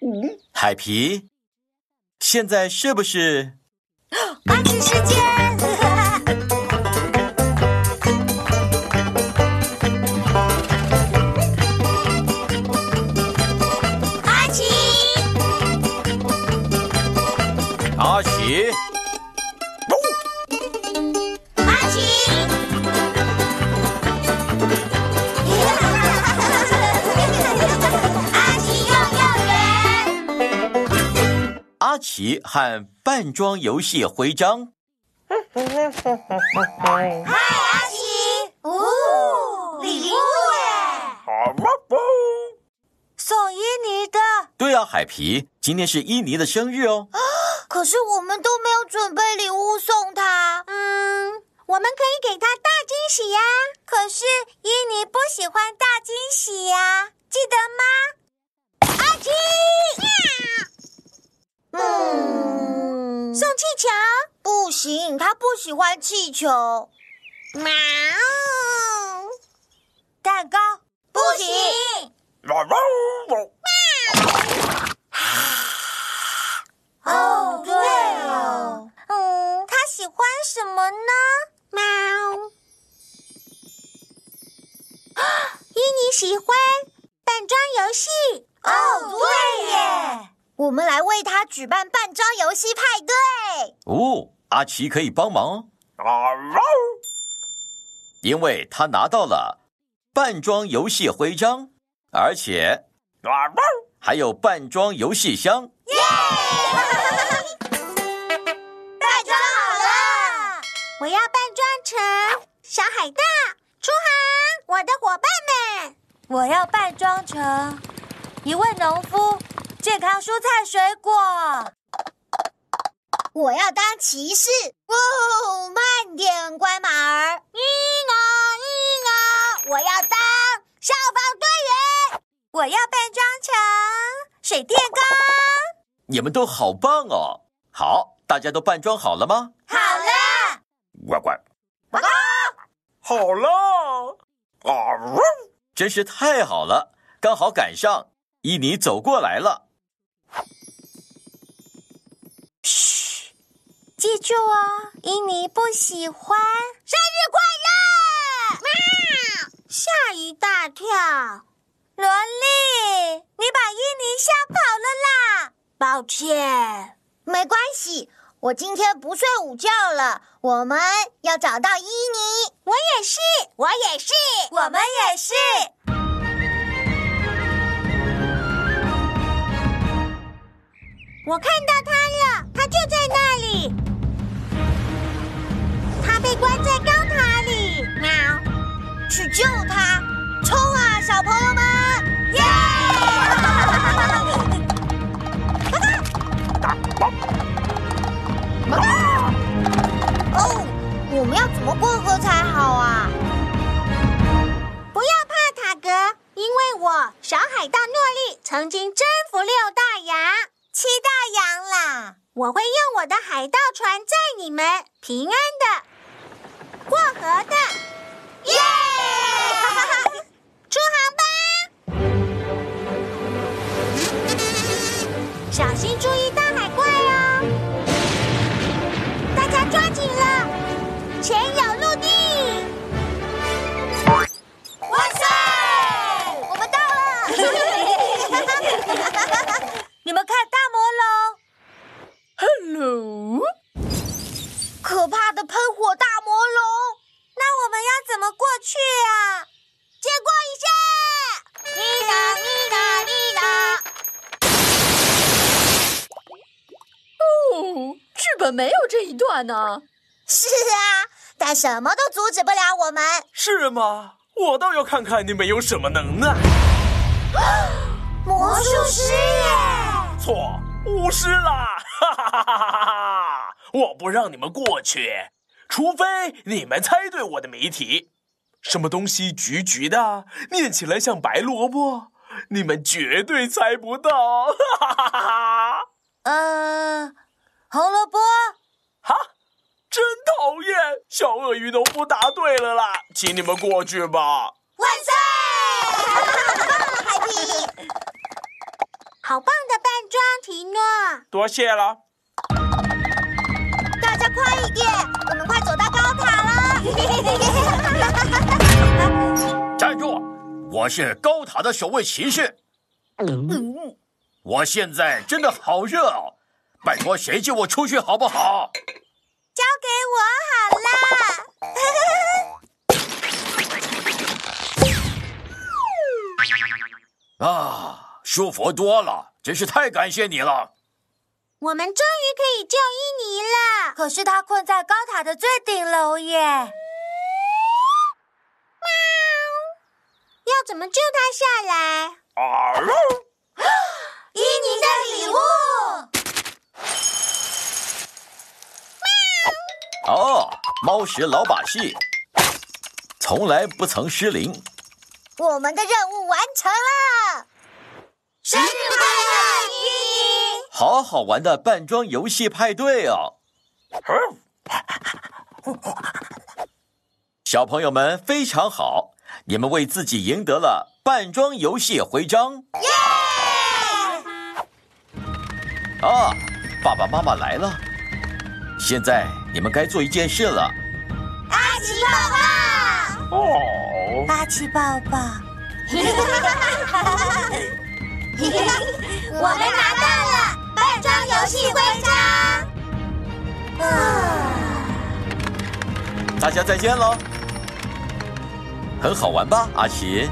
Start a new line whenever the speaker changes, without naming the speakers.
嗯，
海皮，现在是不是
花子时间，阿奇，
阿奇？哦
阿奇，阿奇幼幼园，
阿奇和扮装游戏徽章，
嗨，阿奇，哦，礼物哎，送伊尼的，
对啊，海皮，今天是伊尼的生日哦。
可是我们都没有准备礼物送他。嗯，我们可以给他大惊喜呀。可是伊尼不喜欢大惊喜呀，记得吗？阿奇，嗯，送气球不行，他不喜欢气球。喵，蛋糕不行。哦，对哦，嗯，他喜欢什么呢？猫。啊，伊尼喜欢扮装游戏。哦，对耶，我们来为他举办扮装游戏派对。
哦，阿奇可以帮忙哦，因为他拿到了扮装游戏徽章，而且还有扮装游戏箱。
扮装好了，我要扮装成小海盗，出航，我的伙伴们。我要扮装成一位农夫，健康蔬菜水果。我要当骑士。哦，慢点，乖马儿。一哦一哦，我要当消防队员。我要扮装成水电工。
你们都好棒哦！好，大家都扮装好了吗？
好了，
乖乖，
好了，啊，
真是太好了，刚好赶上伊尼走过来了。
记住哦，伊尼不喜欢。生日快乐！喵！吓一大跳。萝莉，你把伊尼吓跑了啦！抱歉，没关系，我今天不睡午觉了。我们要找到伊尼。我也是，我也是，我们也是。我看到他了，他就在那里。他被关在高塔里。喵，去救他！冲啊，小朋友们！耶！ 哦，我们要怎么过河才好啊？不要怕，塔格，因为我小海盗诺丽曾经征服六大洋、七大洋啦。我会用我的海盗船载你们平安的过河的，耶！出航吧，小心注意大海怪哦！大家抓紧了，前有陆地。哇塞！我们到了！ 你们看，大魔龙，Hello！可怕的喷火大魔龙，那我们要怎么过去啊？借过一下！咪哒咪哒咪哒！
哦，剧本没有这一段呢。
是啊，但什么都阻止不了我们。
是吗？我倒要看看你们有什么能耐。
魔术师耶！
错，巫师啦！哈哈哈哈哈哈！我不让你们过去，除非你们猜对我的谜题。什么东西橘橘的，念起来像白萝卜？你们绝对猜不到！哈哈哈哈哈！
呃，红萝卜。
哈，真讨厌，小鳄鱼都不答对了啦， 请你们过去吧。
万岁！海皮，好棒的扮装题呢。
多谢了。
大家快一点，我们快走到高 塔了。
站住！我是高塔的守卫骑士。我现在真的好热哦，拜托谁救我出去好不好？
交给我好啦。
啊，舒服多了，真是太感谢你了。
我们终于可以救伊尼了，可是他困在高塔的最顶楼耶。喵！要怎么救他下来？
啊
伊尼的礼物，
哦，猫食老把戏，从来不曾失灵。
我们的任务完成了。生日快乐，伊尼！
好好玩的扮装游戏派对哦！小朋友们非常好，你们为自己赢得了扮装游戏徽章。啊，爸爸妈妈来了，现在你们该做一件事了。
阿奇宝宝，
哦，
阿奇宝宝， 我们拿到了扮装游戏徽章。啊，
大家再见喽！很好玩吧，阿奇？